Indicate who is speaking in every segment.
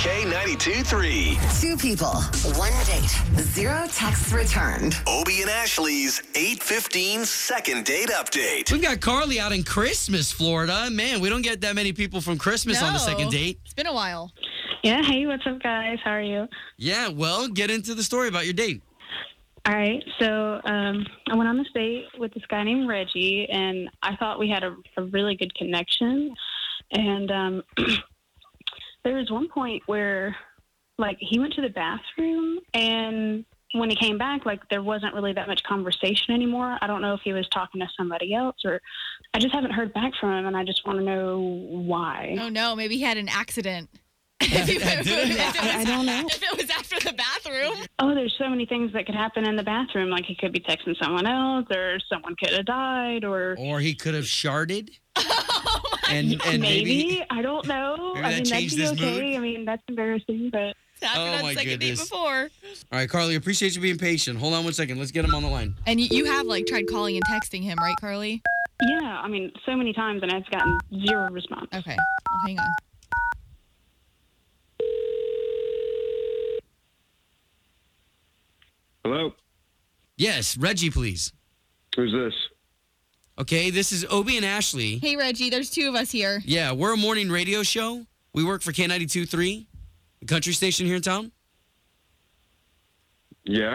Speaker 1: K92 3.
Speaker 2: Two people, one date, zero texts returned.
Speaker 1: Obie and Ashley's 815 second date update.
Speaker 3: We've got Carly out in Christmas, Florida. Man, we don't get that many people from Christmas on the
Speaker 4: No.
Speaker 3: second date.
Speaker 4: It's been a while.
Speaker 5: Yeah, hey, what's up, guys? How are you?
Speaker 3: Yeah, well, get into the story about your date.
Speaker 5: All right, so um, I went on this date with this guy named Reggie, and I thought we had a, a really good connection. And um, there was one point where, like, he went to the bathroom, and when he came back, like, there wasn't really that much conversation anymore. I don't know if he was talking to somebody else, or I just haven't heard back from him, and I just want to know why.
Speaker 4: Oh no, maybe he had an accident. if, you-
Speaker 3: Did it?
Speaker 4: if it was,
Speaker 5: I don't know.
Speaker 4: If it was after the bathroom,
Speaker 5: oh, there's so many things that could happen in the bathroom. Like he could be texting someone else, or someone could have died, or
Speaker 3: Or he could have sharded. and Oh, and
Speaker 5: maybe. I don't know.
Speaker 3: Maybe that
Speaker 5: I mean, that'd
Speaker 3: changed
Speaker 5: be
Speaker 3: this
Speaker 5: okay.
Speaker 3: mood?
Speaker 5: I mean, that's embarrassing, but
Speaker 4: it's happened
Speaker 3: Oh,
Speaker 4: on
Speaker 3: my
Speaker 4: second date
Speaker 3: goodness.
Speaker 4: before.
Speaker 3: All right, Carly, appreciate you being patient. Hold on one second. Let's get him on the line.
Speaker 4: And you, you have like tried calling and texting him, right, Carly?
Speaker 5: yeah. I mean, so many times, and I've gotten zero response.
Speaker 4: Okay. Well, hang on.
Speaker 6: Hello,
Speaker 3: Yes, Reggie, please.
Speaker 6: who's this?
Speaker 3: Okay, this is Obie and Ashley.
Speaker 4: Hey Reggie, there's two of us here.
Speaker 3: Yeah, we're a morning radio show. We work for K92 3, a country station here in town.
Speaker 6: Yeah,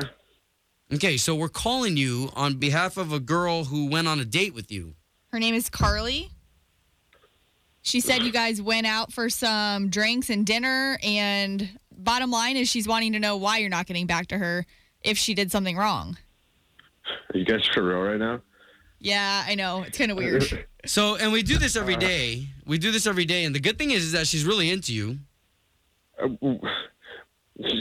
Speaker 3: Okay, so we're calling you on behalf of a girl who went on a date with you.
Speaker 4: Her name is Carly. She said you guys went out for some drinks and dinner, and bottom line is she's wanting to know why you're not getting back to her if she did something wrong.
Speaker 6: are you guys for real right now?
Speaker 4: Yeah, I know. It's kind of weird.
Speaker 3: So, and we do this every day. We do this every day. And the good thing is, is that she's really into you.
Speaker 6: Uh, w-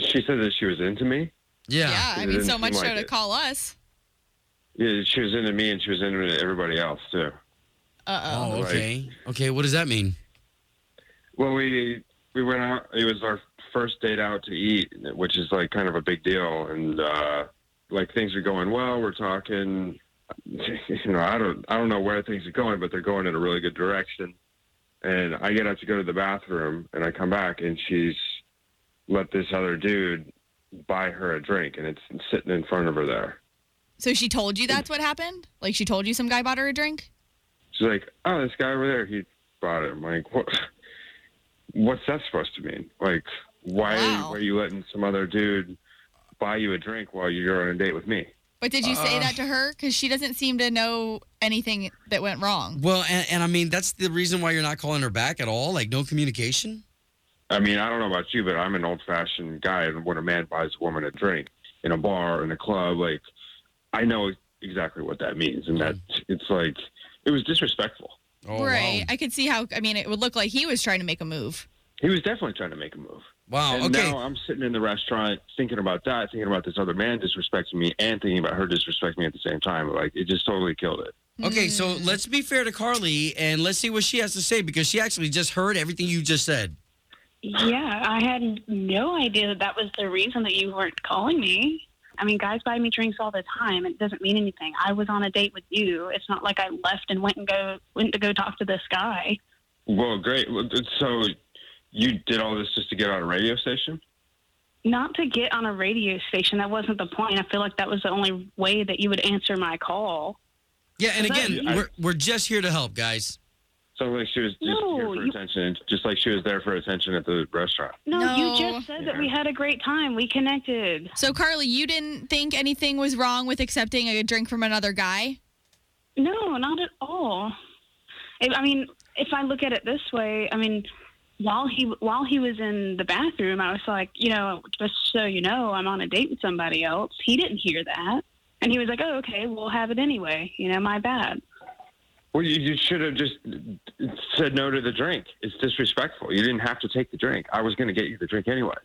Speaker 6: she said that she was into me.
Speaker 3: Yeah.
Speaker 4: Yeah, I
Speaker 6: It
Speaker 4: mean,
Speaker 6: didn't
Speaker 4: so
Speaker 6: seem
Speaker 4: much so
Speaker 6: like
Speaker 4: to
Speaker 6: it.
Speaker 4: call us.
Speaker 6: Yeah, she was into me, and she was into everybody else too.
Speaker 4: Uh
Speaker 3: Oh,
Speaker 6: Right.
Speaker 3: okay. Okay, what does that mean?
Speaker 6: Well, we we went out. It was our first date out to eat, which is like kind of a big deal. And uh, like things are going well. We're talking. You know, I don't I don't know where things are going, but they're going in a really good direction. And I get up to go to the bathroom, and I come back, and she's let this other dude buy her a drink, and it's sitting in front of her there.
Speaker 4: So she told you that's what happened? Like she told you some guy bought her a drink?
Speaker 6: She's like, "Oh, this guy over there, he brought it." I'm like, "What? What's that supposed to mean? Like, why
Speaker 4: Wow.
Speaker 6: were you letting some other dude buy you a drink while you're on a date with me?"
Speaker 4: But did you say
Speaker 3: Uh.
Speaker 4: that to her? Because she doesn't seem to know anything that went wrong.
Speaker 3: Well, and, and I mean, that's the reason why you're not calling her back at all. Like, no communication.
Speaker 6: I mean, I don't know about you, but I'm an old-fashioned guy, and when a man buys a woman a drink in a bar in a club, like, I know exactly what that means, and that it's like it was disrespectful.
Speaker 3: Oh, wow.
Speaker 4: right. I could see how, I mean, it would look like he was trying to make a move.
Speaker 6: He was definitely trying to make a move.
Speaker 3: Wow.
Speaker 6: and
Speaker 3: okay.
Speaker 6: now I'm sitting in the restaurant thinking about that, thinking about this other man disrespecting me, and thinking about her disrespecting me at the same time. Like it just totally killed it.
Speaker 4: Hmm.
Speaker 3: Okay, so
Speaker 4: Mm.
Speaker 3: let's be fair to Carly and let's see what she has to say because she actually just heard everything you just said.
Speaker 5: Yeah, I had no idea that that was the reason that you weren't calling me. I mean, guys buy me drinks all the time. It doesn't mean anything. I was on a date with you. It's not like I left and went and go went to go talk to this guy.
Speaker 6: Well, great. Well, th- So you did all this just to get on a radio station?
Speaker 5: Not to get on a radio station. That wasn't the point. I feel like that was the only way that you would answer my call.
Speaker 3: Yeah, and again,
Speaker 6: Yeah, I-
Speaker 3: we're, we're just here to help, guys.
Speaker 6: So like she was just
Speaker 5: No,
Speaker 6: here for
Speaker 5: you-
Speaker 6: attention, just like she was there for attention at the restaurant.
Speaker 5: No,
Speaker 4: No.
Speaker 5: you just said that we had a great time. We connected.
Speaker 4: So, Carly, you didn't think anything was wrong with accepting a drink from another guy?
Speaker 5: No, not at all. If, I mean, if I look at it this way, I mean, while he while he was in the bathroom, I was like, you know, just so you know, I'm on a date with somebody else. He didn't hear that, and he was like, oh, okay, we'll have it anyway. You know, my bad.
Speaker 6: Well, you, you should have just said no to the drink. It's disrespectful. You didn't have to take the drink. I was going to get you the drink anyways.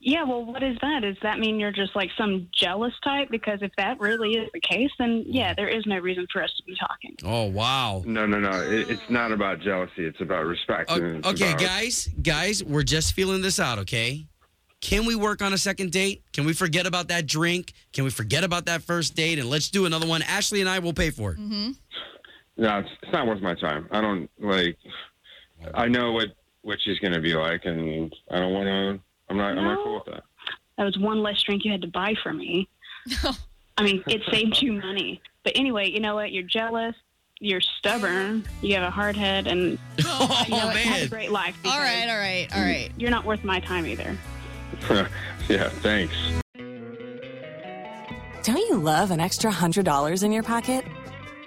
Speaker 5: Yeah, well, what is that? Does that mean you're just like some jealous type? Because if that really is the case, then yeah, there is no reason for us to be talking.
Speaker 3: Oh wow.
Speaker 6: No, no, no. It, it's not about jealousy. It's about respect.
Speaker 3: O-
Speaker 6: and it's
Speaker 3: okay,
Speaker 6: about-
Speaker 3: guys, guys, we're just feeling this out, okay? Can we work on a second date? Can we forget about that drink? Can we forget about that first date and let's do another one? Ashley and I will pay for it.
Speaker 5: Mm-hmm.
Speaker 6: No, it's, it's not worth my time. I don't like. I know what what she's going to be like, and I don't want to. I'm not. I'm not cool with that.
Speaker 5: That was one less drink you had to buy for me. I mean, it saved you money. But anyway, you know what? You're jealous. You're stubborn. You have a hard head, and
Speaker 3: Oh,
Speaker 5: you know what? Have a
Speaker 3: man.
Speaker 5: great life.
Speaker 4: All
Speaker 5: because
Speaker 4: right, all right, all right.
Speaker 5: You're not worth my time either.
Speaker 6: yeah, thanks.
Speaker 7: Don't you love an extra $100 in your pocket?